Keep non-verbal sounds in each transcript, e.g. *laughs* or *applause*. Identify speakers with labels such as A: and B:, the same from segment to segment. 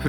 A: プ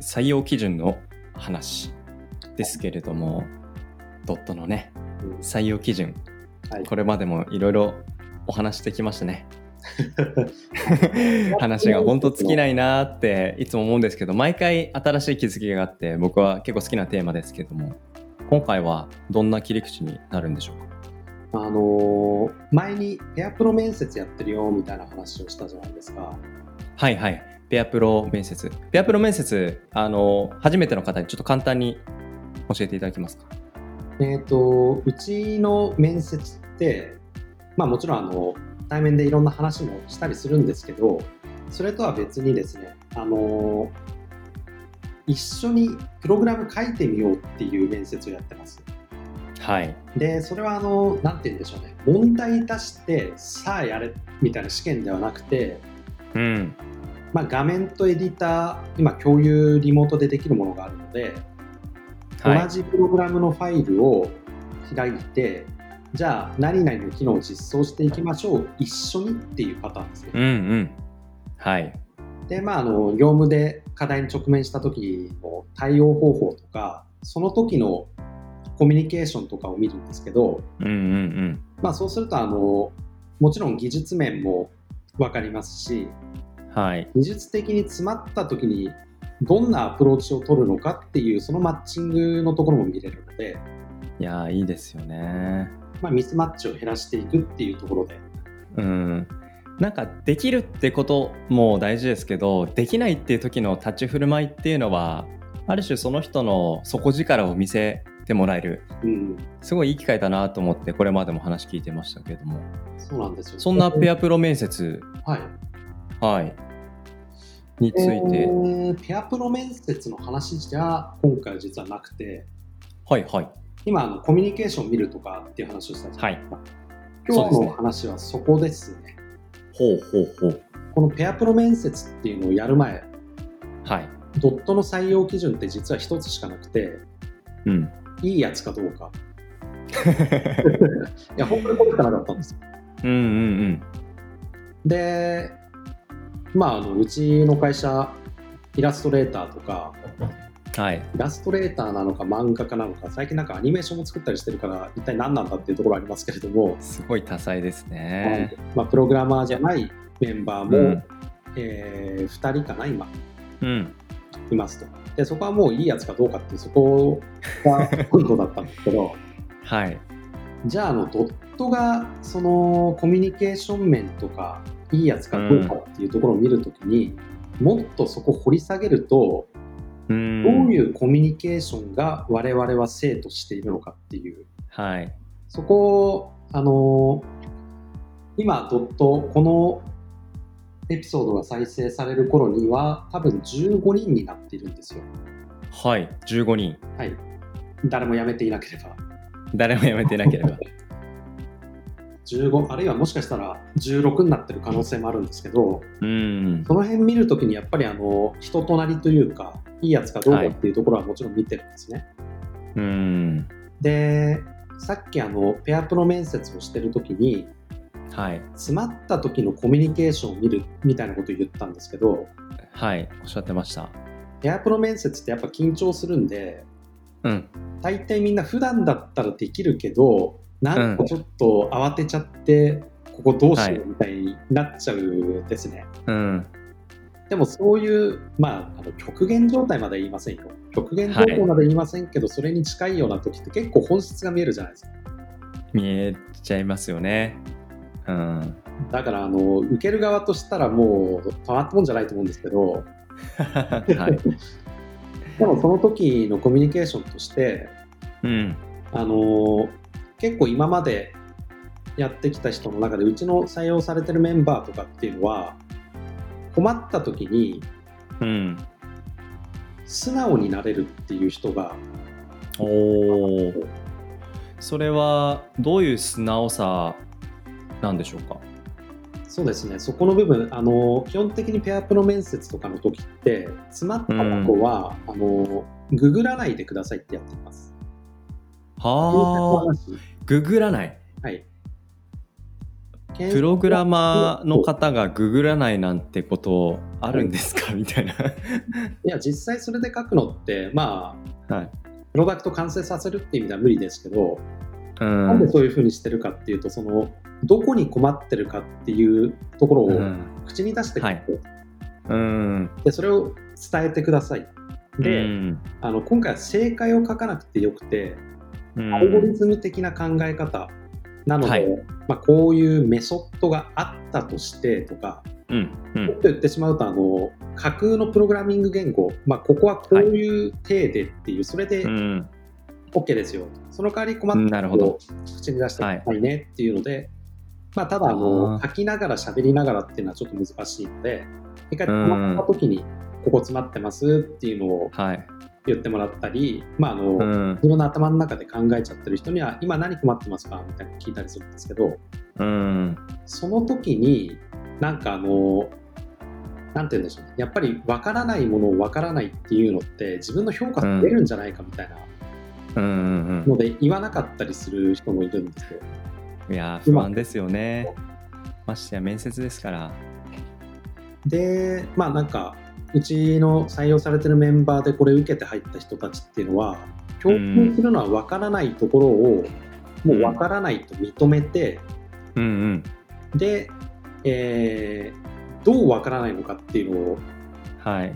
B: 採用基準の話ですけれどもドットのね
C: うん
B: 採用基準、
C: はい
B: これまでもいろいろお話してきました
C: *laughs*
B: ね話が本当尽きないなーっていつも思うんですけど毎回新しい気づきがあって僕は結構好きなテーマですけども今回はどんな切り口になるんでしょうか
C: あのー前にエアプロ面接やってるよみたいな話をしたじゃないですか。
B: はいはいペアプロ面接ペアプロ面接あの初めての方にちょっと簡単に教えていただけますか
C: えっ、と、うちの面接って、まあもちろんあの、対面でいろんな話もしたりするんですけど、それとは別にですね、あのー一緒にプログラム書いてみようっていう面接をやってます。
B: はい
C: で、それはあの、なんて言うんでしょうね、問題出して、さあやれみたいな試験ではなくて、
B: うん
C: まあ、画面とエディター、今共有リモートでできるものがあるので、
B: はい
C: 同じプログラムのファイルを開いて、じゃあ何々の機能を実装していきましょう、一緒にっていうパターンです
B: うん
C: ね。
B: うんはい
C: で、まあ、あの業務で課題に直面した時の対応方法とか、その時のコミュニケーションとかを見るんですけど、
B: うんうん
C: まあ、そうするとあの、もちろん技術面も分かりますし、
B: うんはい
C: 技術的に詰まった時にどんなアプローチを取るのかっていうそのマッチングのところも見れるので、
B: いやーいいですよね
C: まあ、ミスマッチを減らしていくっていうところで
B: うんなんかできるってことも大事ですけどできないっていう時の立ち振る舞いっていうのはある種その人の底力を見せてもらえる
C: うん
B: すごいいい機会だなと思ってこれまでも話聞いてましたけれども
C: そうなんですよ
B: そんなペアプロ面接
C: はい
B: はいについ
C: え
B: て
C: ーペアプロ面接の話じゃ今回実はなくて
B: はいはい
C: 今あのコミュニケーション見るとかっていう話をしたじゃん
B: はい
C: 今日
B: そうです
C: の
B: ね
C: 話はそこですね
B: ほうほうほう
C: このペアプロ面接っていうのをやる前
B: はい
C: ドットの採用基準って実は一つしかなくて
B: うん
C: いいやつかどうか *laughs* いや本当にこれからだったんです
B: うんうんうん
C: で、まあ、あのうちの会社、イラストレーターとか、
B: はい
C: イラストレーターなのか漫画家なのか、最近なんかアニメーションも作ったりしてるから、一体何なんだっていうところありますけれども、
B: すごい多彩ですね。
C: まあ、プログラマーじゃないメンバーも、
B: うん
C: えー2人かな、今、
B: うん。
C: いますと。で、そこはもういいやつかどうかっていう、そこが本当だったんですけど、
B: はい。
C: じゃあ、あのドットが、そのコミュニケーション面とか、いいやつかどうかっていうところを見るときに、もっとそこ掘り下げると、
B: うん
C: どういうコミュニケーションが我々は生としているのかっていう、
B: はい。
C: そこを、あのー今、ドット、このエピソードが再生される頃には、多分15人になっているんですよ。
B: はい。15人。
C: はい。誰も辞めていなければ。
B: 誰も辞めてなければ。
C: 15、あるいはもしかしたら16になってる可能性もあるんですけど、
B: *laughs* うん。
C: その辺見るときにやっぱりあの人となりというか、いいやつかどうかっていうところはもちろん見てるんですね。
B: うん。
C: で、さっきあのペアプロ面接をしてるときに、
B: はい。
C: 詰まった時のコミュニケーションを見るみたいなことを言ったんですけど
B: はい。おっしゃってました。
C: ペアプロ面接ってやっぱ緊張するんで
B: うん。
C: 大体みんな普段だったらできるけどなんかちょっと慌てちゃって、ここどうしようみたいになっちゃうですね、
B: うん。
C: でもそういう、まあ、あの極限状態までは言いませんよ極限状態までは言いませんけど、それに近いような時って結構本質が見えるじゃないですか
B: 見えちゃいますよね。うん。 *laughs*
C: だからあの受ける側としたらもうたまったもんじゃないと思うんですけど
B: はい。
C: でもその時のコミュニケーションとして
B: うん。
C: あのー結構今までやってきた人の中でうちの採用されてるメンバーとかっていうのは困った時に
B: うん。
C: 素直になれるっていう人が
B: おおーそれはどういう素直さなんでしょうか
C: そうですねそこの部分あの基本的にペアアップの面接とかの時って詰まった子は、あのググらないでくださいってやってます。
B: はあググらない
C: はい、
B: プログラマーの方がググらないなんてことあるんですかみたいな
C: いや実際それで書くのってまあ、
B: はい
C: プロダクト完成させるって意味では無理ですけど、
B: う
C: なんで
B: ん
C: そういうふうにしてるかっていうとそのどこに困ってるかっていうところ
B: う
C: を
B: ん
C: 口に出してく
B: はいうん
C: でそれを伝えてください。で、
B: うん
C: あの今回は正解を書かなくてよくて、
B: うん
C: アルゴリズム的な考え方なので、
B: はい
C: まあ、こういうメソッドがあったとしてとか、
B: うんうん
C: もっと言ってしまうとあの架空のプログラミング言語、まあ、ここはこういう体でっていう、それで
B: うん
C: OK ですよその代わり困
B: うん
C: っ
B: な
C: た
B: る
C: こ
B: ほ
C: とを
B: ど
C: 口に出してくださいねっていうので、まあ、ただあの
B: あー
C: 書きながら喋りながらっていうのはちょっと難しいので一回困った時にここ詰まってますっていうのを
B: はい
C: 言ってもらったり、まああの
B: うん
C: 自分の頭の中で考えちゃってる人には今何困ってますかみたいなの聞いたりするんですけど
B: うん
C: その時になんかあのなんて言うんでしょうねやっぱり分からないものを分からないっていうのって自分の評価が出るんじゃないかみたいな
B: うんうん
C: ので言わなかったりする人もいるんですよ。
B: うんいやー不安ですよねましてや面接ですから
C: でまあなんかうちの採用されてるメンバーでこれ受けて入った人たちっていうのは共通するのは分からないところをもう分からないと認めて、
B: うんうん
C: で、えーどう分からないのかっていうのを
B: はい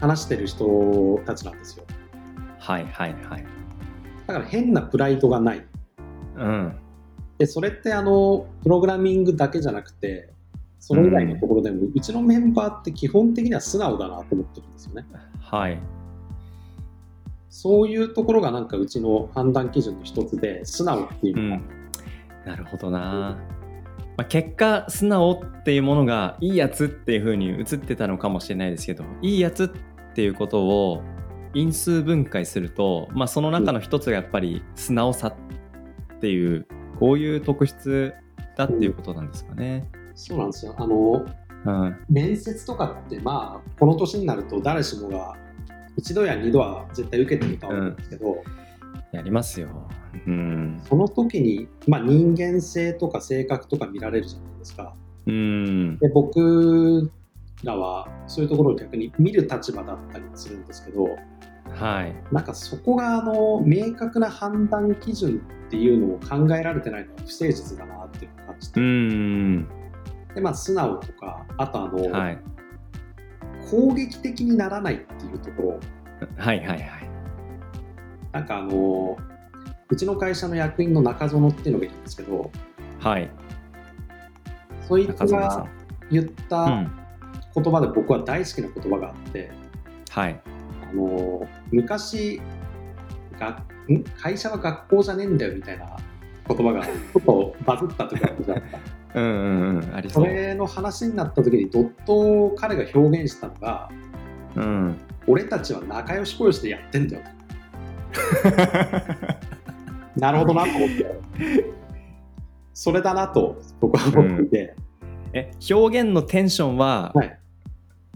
C: 話してる人たちなんですよ
B: はいはいはい
C: だから変なプライドがない
B: うん
C: でそれってあのプログラミングだけじゃなくてそれ以外のところでも、うちのメンバーって基本的には素直だなと思ってるんですよね
B: はい
C: そういうところがなんかうちの判断基準の一つで素直っていう
B: う
C: のが、
B: ん、なるほどな、まあ、結果素直っていうものがいいやつっていう風に映ってたのかもしれないですけどいいやつっていうことを因数分解すると、まあ、その中の一つがやっぱり素直さっていうこういう特質だっていうことなんですかね。
C: そうなんですよあの
B: うん、
C: 面接とかってまあこの年になると誰しもが一度や二度は絶対受けてみたわけですけど、
B: やりますよ。うん、
C: その時に、まあ、人間性とか性格とか見られるじゃないですか。
B: うん、
C: で僕らはそういうところを逆に見る立場だったりするんですけど
B: はい。
C: なんかそこがあの明確な判断基準っていうのを考えられてないのは不誠実だなっていうのを感じ
B: う
C: て、
B: ん、
C: でまあ、素直とかあとあの、
B: はい、
C: 攻撃的にならないっていうところ
B: はいはいはい。
C: なんかあのうちの会社の役員の中園っていうのがいるんですけど
B: はい、
C: そいつ
B: 中園さ
C: が言っ
B: ん。う
C: た
B: ん、
C: 言葉で僕は大好きな言葉があって。
B: はい。
C: あの昔がん会社は学校じゃねえんだよみたいな言葉がちょっとバズった時があったじゃないですか
B: うんうんうん、あり
C: そ
B: そう。
C: れの話になった時にドットを彼が表現したのが
B: うん。
C: 俺たちは仲良しこよしでやってんだよなるほどなと思ってそれだなと僕は思っていて、
B: え表現のテンションは、
C: はい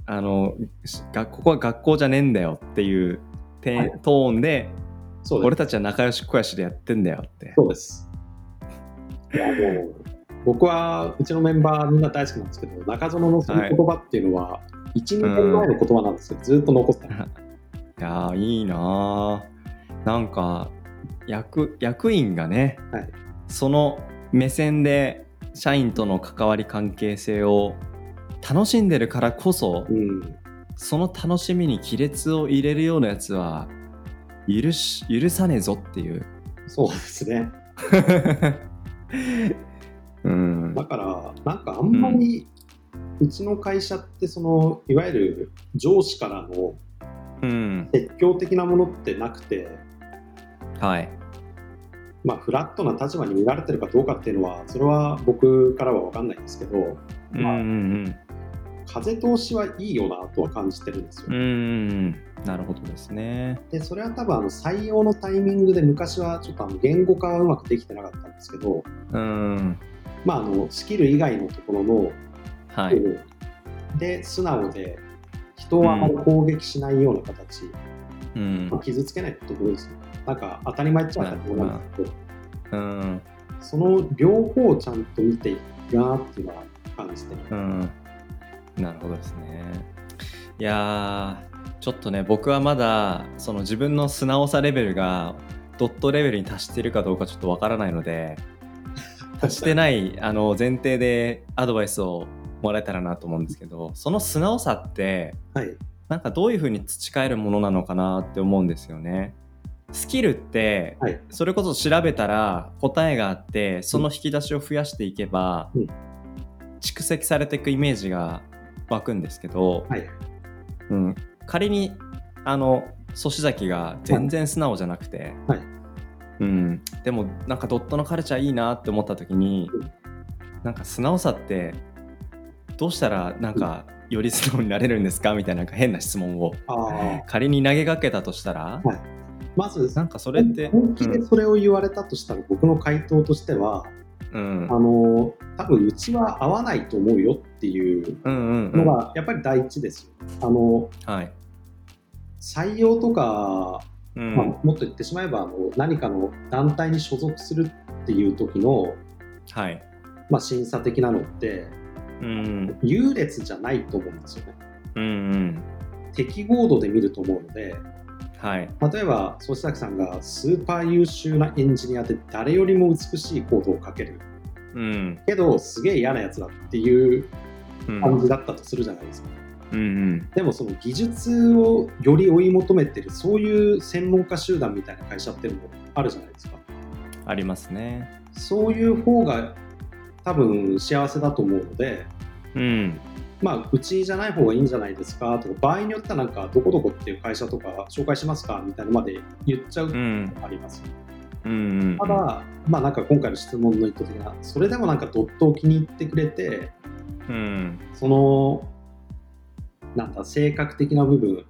B: あのしがここは学校じゃねえんだよっていうて
C: はい
B: トーンで
C: そうです
B: 俺たちは仲良し小良しでやってんだよって
C: そうですいやもう僕はうちのメンバーみんな大好きなんですけど中園のその言葉っていうのは12、
B: うん
C: 年前の言葉なんですよずっと残ってた
B: いやーいいなーなんか役役員がね、
C: はい
B: その目線で社員との関わり関係性を楽しんでるからこそ
C: うん
B: その楽しみに亀裂を入れるようなやつは許し許さねえぞっていう
C: そうですね。
B: うん
C: だから、なんかあんまり、うちの会社って、その、いわゆる上司からの
B: うん、
C: 説教的なものってなくて、
B: はい。
C: まあ、フラットな立場に見られてるかどうかっていうのは、それは僕からは分かんないんですけど、
B: うんうんうん。
C: 風通しはいいよなとは感じてるんですよ。
B: うんうんうんなるほどですね
C: でそれは多分あの採用のタイミングで昔はちょっとあの言語化はうまくできてなかったんですけど、
B: うん
C: まあ、あのスキル以外のところの、
B: はい
C: で素直で人はあまり攻撃しないような形、
B: うん
C: まあ、傷つけないところですね。なんか当たり前っちゃ当たり前なんですけど、
B: うん
C: その両方をちゃんと見ていくなっていうのは感じてる。
B: うんなるほどですねいやーちょっとね僕はまだその自分の素直さレベルがドットレベルに達しているかどうかちょっとわからないので達してないあの前提でアドバイスをもらえたらなと思うんですけどその素直さって
C: はい。
B: なんかどういうふうに培えるものなのかなって思うんですよね。スキルって、
C: はい
B: それこそ調べたら答えがあってその引き出しを増やしていけば、
C: うん
B: 蓄積されていくイメージが湧くんですけど、
C: はい
B: うん、仮にあの粗志崎が全然素直じゃなくて、
C: はい
B: うん、でもなんかドットのカルチャーいいなって思った時に、
C: うん
B: なんか素直さってどうしたらなんかより素直になれるんですかみたいななんか変な質問を
C: あー
B: 仮に投げかけたとしたら、
C: はいまず、
B: なんかそれって、
C: 本気でそれを言われたとしたら、僕の回答としては、
B: うん、
C: あの多分うちは合わないと思うよっていう
B: うんうんう
C: の
B: ん
C: がやっぱり第一ですよ。あの
B: はい、
C: 採用とか、
B: うん
C: まあ、もっと言ってしまえばあの何かの団体に所属するっていう時の、
B: はい、
C: まあ、審査的なのって
B: うん
C: 優劣じゃないと思うんですよね。
B: うんうん
C: 適合度で見ると思うので
B: はい、
C: 例えば総志崎さんがスーパー優秀なエンジニアで誰よりも美しいコードをかける
B: うん
C: けどすげえ嫌なやつだっていう
B: うん
C: 感じだったとするじゃないですか。
B: うんうん
C: でもその技術をより追い求めてるそういう専門家集団みたいな会社っていうのもあるじゃないですか
B: ありますね。
C: そういう方が多分幸せだと思うので
B: うん
C: まあうちじゃない方がいいんじゃないですかとか場合によってはなんかどこどこっていう会社とか紹介しますかみたいなのまで言っちゃう
B: う
C: の
B: ん
C: もあります、
B: うんうん
C: ただまあなんか今回の質問の意図的なそれでもなんかドットを気に入ってくれて
B: うん
C: そのなんだ性格的な部分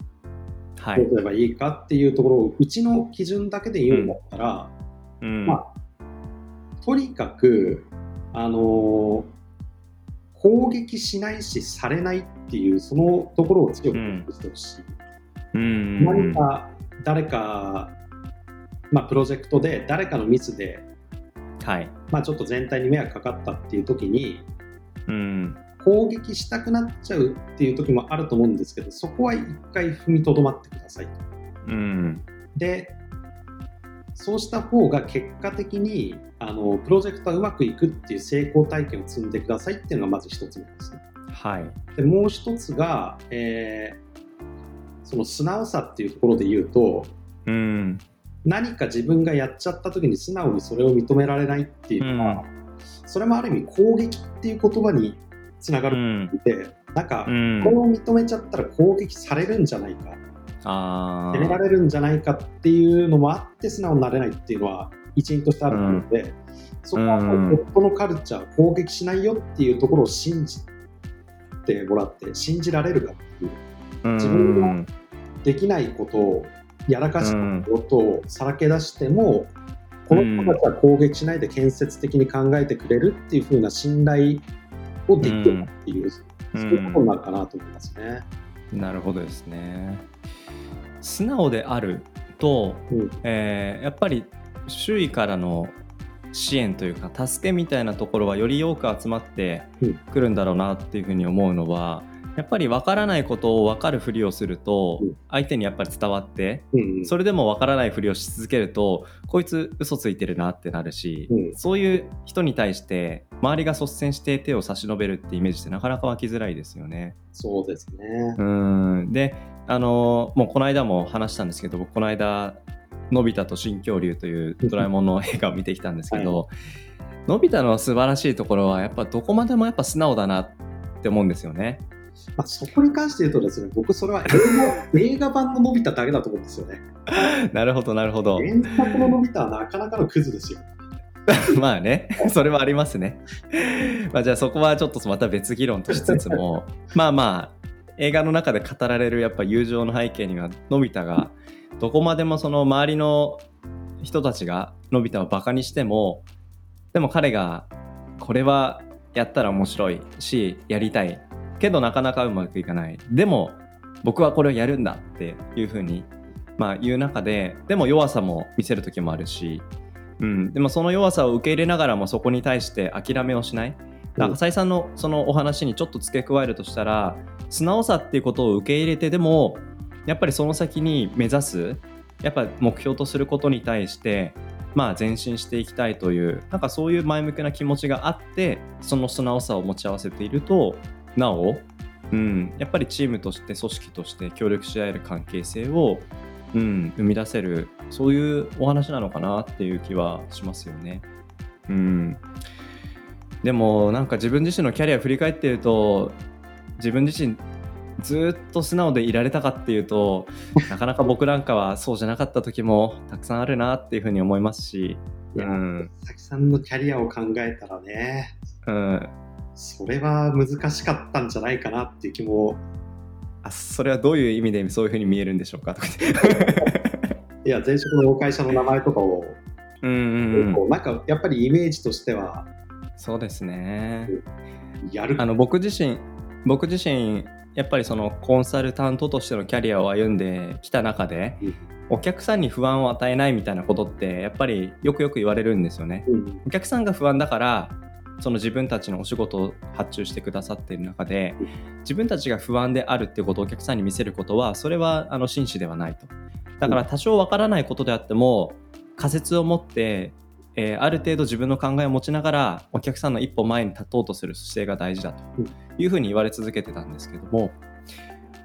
B: は
C: どう
B: い
C: すればいいかっていうところをうちの基準だけで言うんだったら、
B: うん
C: まとにかく、あのー攻撃しないしされないっていうそのところを強くしてほしい、
B: うんうんう
C: 何
B: ん
C: か誰か、まあ、プロジェクトで誰かのミスで、
B: はい
C: まあ、ちょっと全体に迷惑かかったっていう時に
B: うん
C: 攻撃したくなっちゃうっていう時もあると思うんですけどそこは一回踏みとどまってくださいと
B: うん
C: でそうした方が結果的にあのプロジェクトはうまくいくっていう成功体験を積んでくださいっていうのがまず一つ目ですね。
B: はい
C: でもう一つが、えーその素直さっていうところで言うと
B: うん
C: 何か自分がやっちゃった時に素直にそれを認められないっていうのは、それもある意味攻撃っていう言葉につなが
B: う
C: る
B: ん
C: ので、なんか
B: う
C: これ
B: ん
C: を認めちゃったら攻撃されるんじゃないか
B: あ
C: 責めら
B: ー
C: れるんじゃないかっていうのもあって素直になれないっていうのは一因としてあるので、そこは
B: うん
C: もう夫のカルチャー攻撃しないよっていうところを信じてもらって信じられるかっていう
B: うん
C: 自分ができないことをやらかしたことをさらけ出しても、この人たちは攻撃しないで建設的に考えてくれるっていうふうな信頼をできるっていう、
B: うん
C: そういうことになるかなと思いますね。
B: なるほどですね。素直であると、
C: うん
B: えーやっぱり周囲からの支援というか助けみたいなところはより多く集まって
C: うん
B: くるんだろうなっていうふうに思うのはやっぱり分からないことを分かるふりをすると
C: うん
B: 相手にやっぱり伝わって
C: うんうん
B: それでも分からないふりをし続けるとこいつ嘘ついてるなってなるし、
C: うん
B: そういう人に対して周りが率先して手を差し伸べるってイメージってなかなか湧きづらいですよね。
C: そうですね
B: う。ーんであのもうこの間も話したんですけど僕この間「のび太と新恐竜」というドラえもんの映画を見てきたんですけど、のび太の素晴らしいところはやっぱどこまでもやっぱ素直だなって思うんですよ *laughs* ね。
C: まあ、そこに関して言うとですね、僕それは映画映画版ののび太だけだと思うんですよね。
B: なるほどなるほど。
C: 原作ののび太はなかなかのクズですよ。
B: *laughs* まあね、それはありますね。まあじゃあそこはちょっとまた別議論としつつも、まあまあ、映画の中で語られるやっぱ友情の背景には、のび太がどこまでもその周りの人たちがのび太をバカにしても、でも彼がこれはやったら面白いし、やりたい。けどなかなかうまくいかない。でも僕はこれをやるんだっていうふうに、まあ言う中で、でも弱さも見せる時もあるし、うん、でもその弱さを受け入れながらもそこに対して諦めをしない。だから浅井さんのそのお話にちょっと付け加えるとしたら素直さっていうことを受け入れてでもやっぱりその先に目指すやっぱ目標とすることに対してまあ前進していきたいというなんかそういう前向きな気持ちがあってその素直さを持ち合わせているとなお、うん、やっぱりチームとして組織として協力し合える関係性を、うん、生み出せるそういうお話なのかなっていう気はしますよね。うん、でもなんか自分自身のキャリア振り返ってると自分自身ずっと素直でいられたかっていう
C: *laughs*
B: となかなか僕なんかはそうじゃなかった時もたくさんあるなっていうふうに思いますし、
C: いや、
B: うん
C: 佐々木さんのキャリアを考えたらね、
B: うん、
C: それは難しかったんじゃないかなっていう気も、
B: あそれはどういう意味でそういうふうに見えるんでしょうかとか
C: *laughs*
B: 言って
C: いや、前職のお会社の名前とかを、
B: うんうん、う
C: こ
B: ん、
C: うなんかやっぱりイメージとしては、
B: そうですね。
C: やる
B: あの僕自身僕自身やっぱりそのコンサルタントとしてのキャリアを歩んできた中で
C: うん
B: お客さんに不安を与えないみたいなことってやっぱりよくよく言われるんですよね。
C: うん
B: お客さんが不安だからその自分たちのお仕事を発注してくださっている中で自分たちが不安であるっていうことをお客さんに見せることはそれはあの真摯ではないとだから多少わからないことであっても仮説を持って、えーある程度自分の考えを持ちながらお客さんの一歩前に立とうとする姿勢が大事だと
C: うん
B: いうふうに言われ続けてたんですけども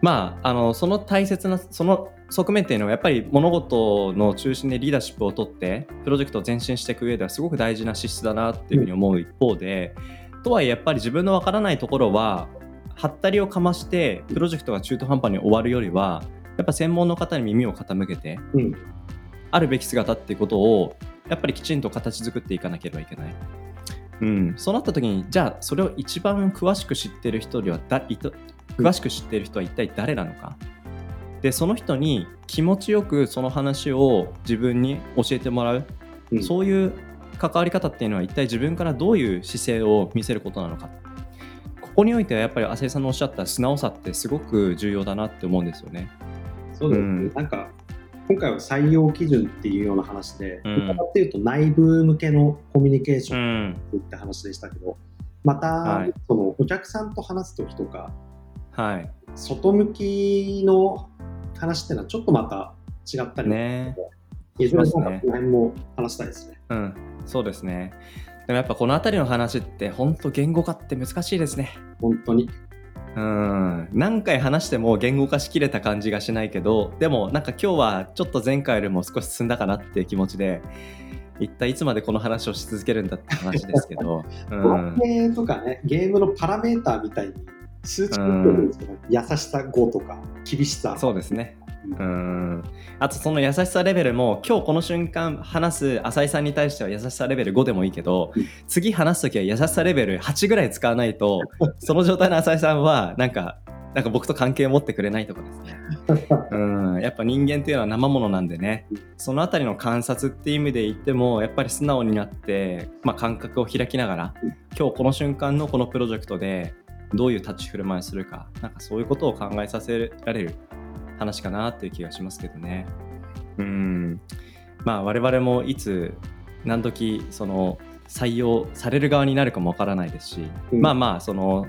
B: まああのその大切なその側面っていうのはやっぱり物事の中心でリーダーシップを取ってプロジェクトを前進していく上ではすごく大事な資質だなっていうふうに思う一方で、とはいえやっぱり自分のわからないところはハったりをかましてプロジェクトが中途半端に終わるよりはやっぱ専門の方に耳を傾けて
C: うん
B: あるべき姿っていうことをやっぱりきちんと形作っていかなければいけない。うん、そうなった時にじゃあそれを一番詳しく知ってる人にはだいと詳しく知ってる人は一体誰なのかでその人に気持ちよくその話を自分に教えてもらう、
C: うん
B: そういう関わり方っていうのは一体自分からどういう姿勢を見せることなのかここにおいてはやっぱり浅井さんのおっしゃった素直さってすごく重要だなって思うんですよね。
C: そうですね、
B: うん
C: なんか今回は採用基準っていうような話で、
B: うん
C: どちらかっていうと内部向けのコミュニケーション
B: ん、
C: って話でしたけど、また、
B: はい
C: そのお客さんと話す時とか
B: はい
C: 外向きの話っていうのはちょっとまた違ったりも
B: ね
C: いずれなんか
B: し
C: こ
B: ます
C: の
B: ね
C: 辺も話したいですね。
B: うん、そうですね。でもやっぱこの辺りの話って本当言語化って難しいですね。
C: 本当に。
B: うん、何回話しても言語化しきれた感じがしないけど、でもなんか今日はちょっと前回よりも少し進んだかなっていう気持ちで、一体いつまでこの話をし続けるんだって話ですけど、う
C: ブロッ
B: ん
C: ク、系とかね、ゲームのパラメーターみたいに数値が出てるんですけど、優しさ5とか厳しさ。
B: そうですね。うん、あとその優しさレベルも今日この瞬間話す浅井さんに対しては優しさレベル5でもいいけど
C: うん
B: 次話す時は優しさレベル8ぐらい使わない
C: *laughs*
B: とその状態の浅井さんはなんかなんか僕と関係を持ってくれないとかですね、うん、やっぱ人間っていうのは生ものなんでねそのあたりの観察っていう意味で言ってもやっぱり素直になって、まあ、感覚を開きながら
C: うん
B: 今日この瞬間のこのプロジェクトでどういう立ち振る舞いをするかなんかそういうことを考えさせられる話かなっていう気がしますけどね。うんまあ我々もいつ何時その採用される側になるかもわからないですし、
C: うん
B: まあまあその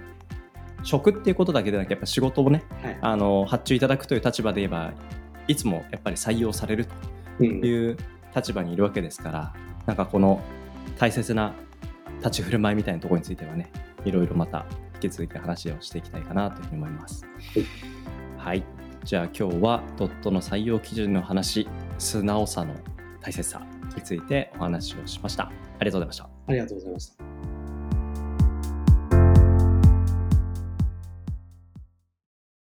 B: 職っていうことだけでなくやっぱ仕事をね
C: はい
B: あの発注いただくという立場で言えばいつもやっぱり採用されると
C: うん
B: いう立場にいるわけですからなんかこの大切な立ち振る舞いみたいなところについてはねいろいろまた引き続き話をしていきたいかなというふうに思いますはいじゃあ今日はドットの採用基準の話素直さの大切さについてお話をしましたありがとうございました
C: ありがとうございました。